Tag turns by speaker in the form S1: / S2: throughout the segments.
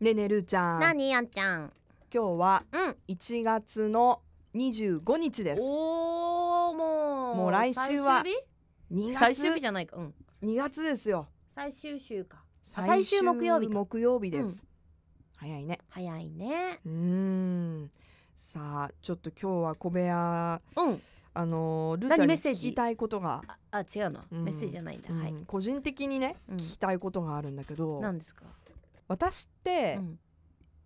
S1: ねえねえるーちゃん
S2: な
S1: 今
S2: にやんちゃん。
S1: 日は
S2: うん。
S1: 1月の25日です
S2: おおもう。
S1: もう来週は2月
S2: 最終日最終日じゃないか。うん。
S1: 2月ですよ
S2: 最終週か。最終木曜日か
S1: 木曜日です、早いね
S2: 早いね。
S1: うーんさあちょっと今日は小部屋
S2: うん。
S1: あのーるーちゃ
S2: 何
S1: んに
S2: メッセー
S1: 聞
S2: ジ
S1: きたいことが、
S2: ああ違うの。
S1: うん
S2: メッセージじゃないんだ。
S1: うん
S2: はい。
S1: 個人的にね、
S2: うん
S1: 聞きたいことがあるんだけど
S2: なんですか。
S1: 私っ
S2: う
S1: て
S2: ん。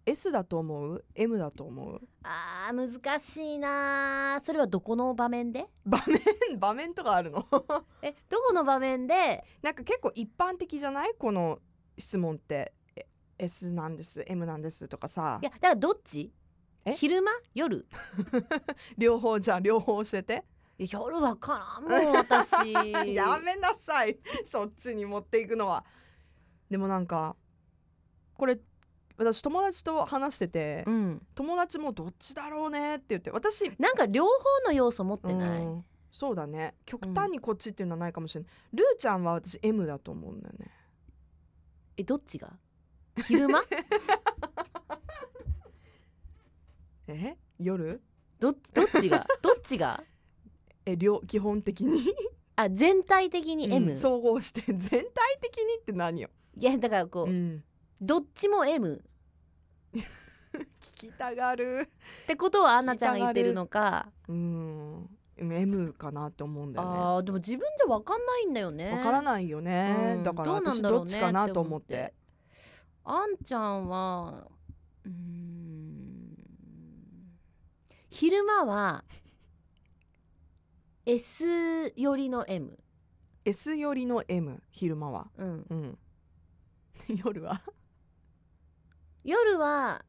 S1: S だと思う M だと思う
S2: あー難しいなー。それはどこの場面で？
S1: 場面 場面とかあるの
S2: えどこの場面で？
S1: なんか結構一般的じゃないこの質問ってえ S なんです M なんですとかさ
S2: いやだからどっち
S1: え？
S2: 昼間？夜？
S1: 両方じゃあ両方教えて。
S2: いや夜わからんもう 私
S1: やめなさい そっちに持っていくのはでもなんかこれ私友達と話してて、
S2: うん。
S1: 友達もどっちだろうねって言って私
S2: なんか両方の要素持ってない。
S1: うんそうだね極端にこっちっていうのはないかもしれない、ルーちゃんは私 M だと思うんだよね
S2: えどっちが？昼間？
S1: え夜
S2: どっどっちが？どっちが？
S1: え両基本的に
S2: あ全体的に M、
S1: うん 総合して全体的にって何よ、
S2: いやだからこう、
S1: うん
S2: どっちも M
S1: 聞きたがる
S2: ってことはアンナちゃんが言ってるのか
S1: うんでも M かなって思うんだよ
S2: あーでも自分じゃ分かんないんだよね
S1: ねわから
S2: ん
S1: ないよね、だから私どっちかなと思って
S2: あんちゃんはうーん昼間は S 寄りの M
S1: S 寄りの M 昼間は
S2: うん
S1: うん 夜は
S2: 夜は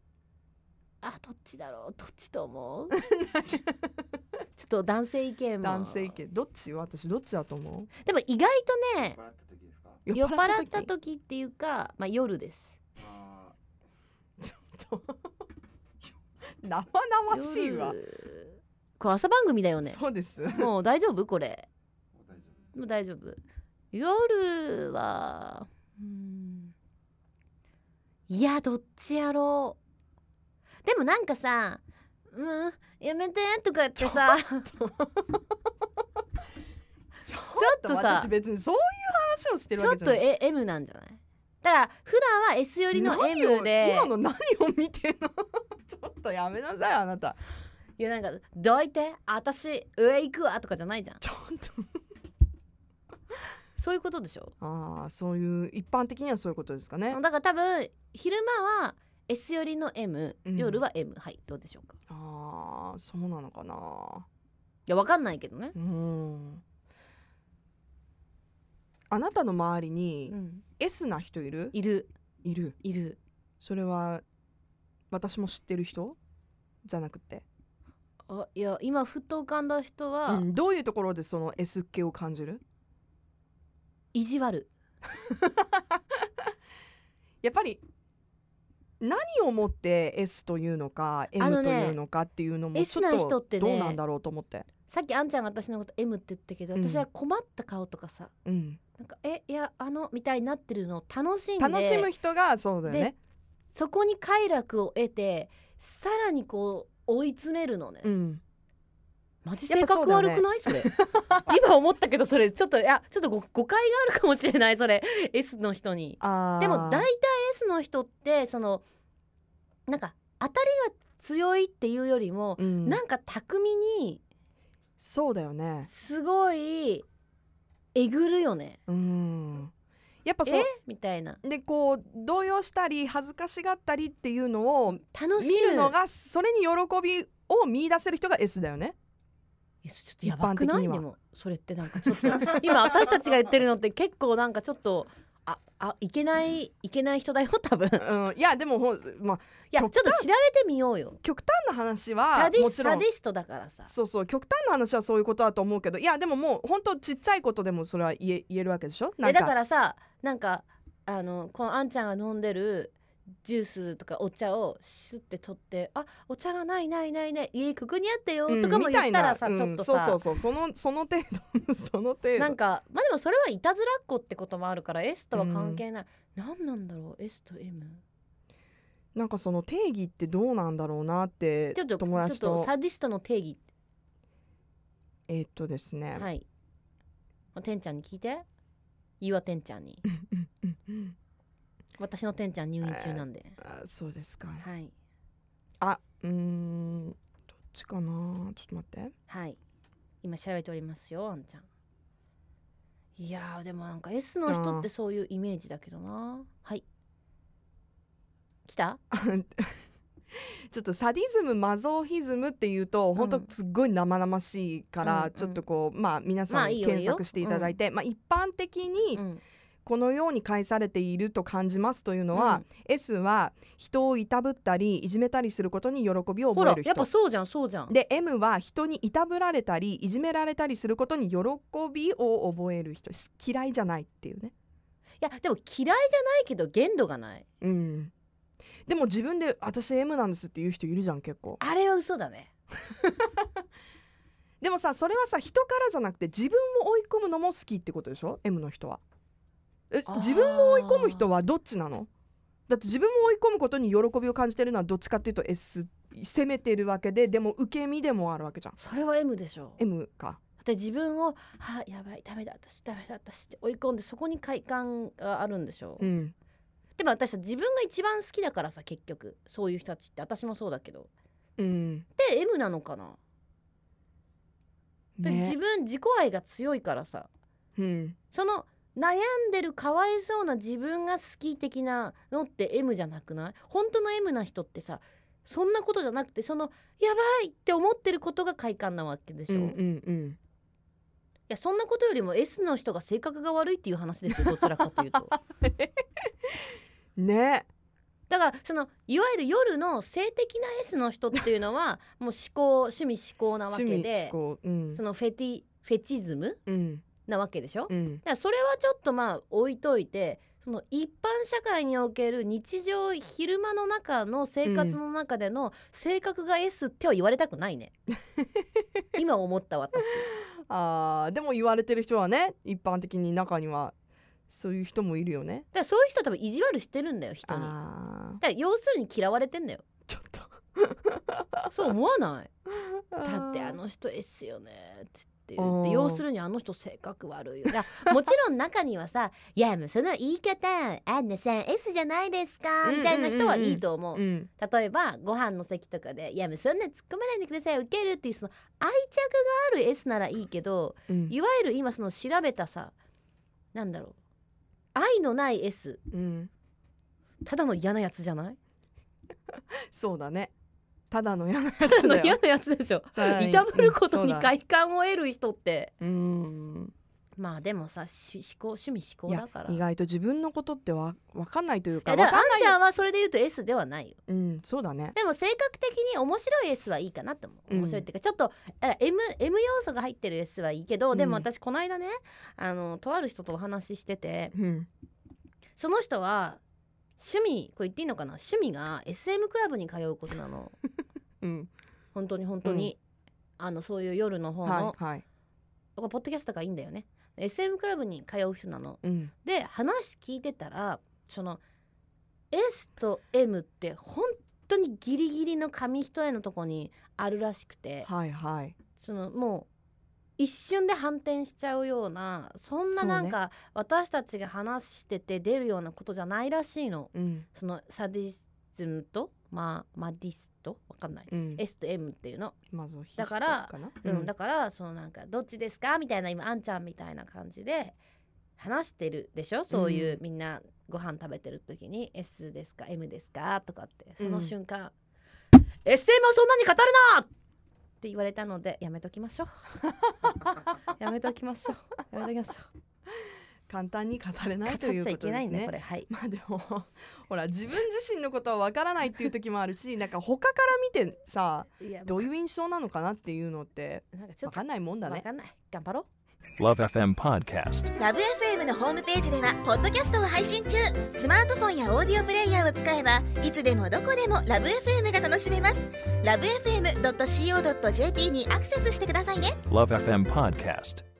S2: あどっちだろうどっち と思うちょっと男性意見も
S1: 男性系どっち私どっちだと思う
S2: でも意外とね
S3: 払った時ですか
S2: 酔っ払った
S1: 時
S2: 時っていうか、まあ、夜です
S3: あー
S1: ちょっと 生々しいわ、
S2: 夜これ朝番組だよね
S1: そうです
S2: もう大丈夫これ
S3: もう大丈夫
S2: もう大丈夫夜はうーんいやどっちやろうでもなんかさ「うんやめて」とかってさ
S1: ちょ
S2: っとさ
S1: 私別にそういう話をしてる
S2: ちょ
S1: わ
S2: っ
S1: けじゃな
S2: と
S1: い
S2: え M なんじゃないだから普段は S 寄りの M で
S1: 何を今の何を見てんの ちょっとやめなさいあなた
S2: いやなんか「どいて私上行くわ」とかじゃないじゃん
S1: ちょっと
S2: そういうことでしょ
S1: ああそういう一般的にはそういうことですかね
S2: だから多分昼間は S 寄りの M
S1: うん
S2: 夜は M、はいどうでしょうか
S1: ああそうなのかない
S2: やわかんないけどね、
S1: うんあなたの周りに
S2: うん
S1: S な人いる
S2: いる
S1: いる
S2: いる
S1: それは私も知ってる人じゃなくて、
S2: あいや今ふと浮かんだ人は、
S1: うんどういうところでその S 系を感じる
S2: 意地悪
S1: やっぱり何をもって S というのか
S2: あ
S1: M
S2: の
S1: と
S2: ね
S1: いうのかっていうのも
S2: S
S1: ちょ
S2: な
S1: っ
S2: 人
S1: と
S2: ってね
S1: どうなんだろうと思って、
S2: さっきあんちゃんが私のこと M って言ったけど
S1: うん
S2: 私は困った顔とかさ、
S1: うん、
S2: なんかえいやあのみたいになってるのを楽しんで
S1: 楽しむ人がそうだよね、
S2: そこに快楽を得てさらにこう追い詰めるのね、
S1: うん、
S2: マジ
S1: やっ
S2: 性
S1: ぱそう
S2: 格
S1: だよね
S2: 悪くないそ,、 れ今思ったけどそれちょっといやちょっとご誤解があるかもしれないそれ S の人に
S1: あー
S2: でも大体 S の人ってそのなんか当たりが強いっていうよりも、
S1: うん、
S2: なんか巧みに
S1: そうだよね
S2: すごいえぐるよね
S1: うんやっぱそう
S2: えみたいな
S1: でこう動揺したり恥ずかしがったりっていうのを見
S2: 楽しむ
S1: るのがそれに喜びを見出せる人が S だよね
S2: いやちょっとやばくな
S1: 一般的に
S2: い
S1: は
S2: でもそれってなんかちょっと今私たちが言って るのって結構なんかちょっとああいけないいけない人だよ多分
S1: うんいやでもほんまあ
S2: いやちょっ
S1: 極
S2: と
S1: 端
S2: 調べてみようよ
S1: 極端な話は
S2: サディ
S1: も
S2: ス
S1: ちろ
S2: サ
S1: ん
S2: ディストだからさ
S1: そうそう極端な話はそういうことだと思うけどいやでももう本当ちっちゃいことでもそれは言え言えるわけでしょな
S2: で
S1: んか
S2: だからさなんかあのこのあんちゃんが飲んでるジュースとかお茶をシュッて取って「あお茶がないないないない家ここにあったよ」
S1: うん
S2: とかも
S1: みた
S2: 言
S1: い
S2: った
S1: な
S2: らさ、
S1: うん
S2: ちょっとさ、
S1: そうそうそうそのその程度その程度
S2: なんかまあでもそれはいたずらっ子ってこともあるから S とは関係ない、なん、何なんだろう S と M
S1: なんかその定義ってどうなんだろうなって
S2: ちょっと
S1: 友達
S2: ちょっと
S1: と
S2: サディストの定義
S1: えーっとですね、
S2: はい、まあ、てんちゃんに聞いて岩てんち ゃんに
S1: うんうんうん
S2: 私のてんちゃん入院中なんで、
S1: あそうですか
S2: はい
S1: あうーんどっちかなちょっと待って
S2: はい今調べておりますよあんちゃんいやーでもなんか S の人ってそういうイメージだけどなはい来た
S1: ちょっとサディズムマゾヒズムっていうと本当
S2: うん
S1: すっごい生々しいか
S2: うんう
S1: ら
S2: ん
S1: ちょっとこうまあ皆
S2: ま
S1: さ
S2: あ
S1: ん
S2: いいよ
S1: 検索していただいてまあ一般的に
S2: うん
S1: このように返されていると感じますというのは S は人をいたぶったりいじめたりすることに喜びを
S2: ほ
S1: 覚
S2: ら
S1: える
S2: やっぱ
S1: 人
S2: そうじゃんそうじゃん
S1: で M は人にいたぶられたりいじめられたりすることに喜びを覚える人す嫌いじゃないっていうね
S2: いやでも嫌いじゃないけど限度がない
S1: うんでも自分で私 M なんですっていう人いるじゃん結構
S2: あれは嘘だね
S1: でもさそれはさ人からじゃなくて自分を追い込むのも好きってことでしょ M の人はえ
S2: あー
S1: 自分を追い込む人はどっちなのだって自分を追い込むことに喜びを感じてるのはどっちかっていうと S 攻めてるわけででも受け身でもあるわけじゃん
S2: それは M でしょ
S1: M か
S2: だって自分を「はあやばいダメだ私ダメだ私」って追い込んでそこに快感があるんでしょう、
S1: うん
S2: でも私さ自分が一番好きだからさ結局そういう人たちって私もそうだけど
S1: うん
S2: で M なのかな、で自
S1: ね
S2: 分自己愛が強いからさ
S1: うん
S2: その悩んでるかわいそうな自分が好き的なのって M じゃなくない本当の M な人ってさそんなことじゃなくてそのやばいって思ってることが快感なわけでし
S1: う
S2: ょ、
S1: んう
S2: い
S1: んうん
S2: やそんなことよりも S の人が性格が悪いっていう話です よどちらかというと
S1: ね
S2: だからそのいわゆる夜の性的な S の人っていうの はもう思考趣味思考なわ
S1: 趣
S2: け
S1: 味
S2: で
S1: 思考うん
S2: そのフェティフェチズム
S1: うん
S2: なわけでしょ、
S1: うん
S2: だからそれはちょっとまあ置いといてその一般社会における日常昼間の中の生活の中での性格が S っては言われたく ないね今思った私
S1: あーでも言われてる人はね一般的に中にはそういう人もいるよね
S2: だからそういう人は多分意地悪してるんだよ人にだか
S1: あ
S2: ら要するに嫌われてんだよ
S1: ーちょっと
S2: そう思わないだ
S1: だ
S2: ってあの人 S よねつって言
S1: う
S2: って
S1: ん
S2: 要するにあの人性格悪いよだからもちろん中にはさ「いやもうその言い方アンナさん S じゃないですか」みたいな人はいいと思う,、
S1: うん
S2: 例えばご飯の席とかで「いやもうそんな突っ込まないでくださいウケる」っていうその愛着がある S ならいいけど
S1: うん
S2: いわゆる今その調べたさなんだろう愛のない S
S1: うん、
S2: ただの嫌なやつじゃない
S1: そうだねただの嫌なや
S2: ただ
S1: つ
S2: の
S1: だ
S2: 嫌
S1: よ
S2: なやつでしょ
S1: さあ
S2: いたぶること
S1: うん
S2: に
S1: そうだ
S2: 快感を得る人って
S1: うん
S2: まあでもさし思考趣味思
S1: い
S2: 考
S1: や
S2: だから
S1: 意
S2: いや
S1: 外と自分のことってわわかんないというか
S2: だか
S1: わ
S2: らあ
S1: かん
S2: んちゃんはそれで言うと S ではないよ
S1: うんそうだね
S2: でも性格的に面白い S はいいかなって思う
S1: うん
S2: 面白いっていうかちょっとえ M, M 要素が入ってる S はいいけどで
S1: う
S2: も
S1: ん
S2: 私この間ねあのとある人とお話ししてて
S1: うん
S2: その人は趣味これ言っていいのかな趣味が SM クラブに通うことなの
S1: うん
S2: 本当に本当に、あのそういう夜の方の、
S1: はいはい
S2: これポッドキャストがいいんだよね SM クラブに通う人なの
S1: うん
S2: で話聞いてたらその S と M って本当にギリギリの紙一重のとこにあるらしくて
S1: はいはい
S2: そのもう一瞬で反転しちゃうようなそんな
S1: そうね
S2: なんか私たちが話してて出るようなことじゃないらしいの
S1: うん
S2: そのサディズムとまあマディストわかんない、
S1: うん
S2: S と M っていうの
S1: まずひ
S2: だから
S1: かな
S2: うん、だからそのなんかどっちですかみたいな今あんちゃんみたいな感じで話してるでしょそういう、
S1: う
S2: みんなご飯食べてる時に S ですか M ですかとかってその瞬間、SM をそんなに語るなって言われたのでやめとき ましょうやめときましょうやめときましょう
S1: 簡単に語れな
S2: 語
S1: い
S2: っ
S1: という
S2: ち
S1: こ
S2: ゃい
S1: と
S2: け
S1: で
S2: ない
S1: す
S2: んだ、
S1: ね
S2: これはい
S1: まあでもほら自分自身のことはわからないっていう時もあるしなんか他から見てさ
S2: いや
S1: どういう印象なのかなっていうのって
S2: なんかちょ
S1: わ
S2: っと
S1: かんないもんだ
S2: わ
S1: ね
S2: かんない頑張ろう
S4: Love FM Podcast.
S5: ラブ f m のホームページではポッドキャストを配信中スマートフォンやオーディオプレイヤーを使えばいつでもどこでもラブ f m が楽しめますラブ FM.co.jp にアクセスしてくださいね
S4: Love FM Podcast.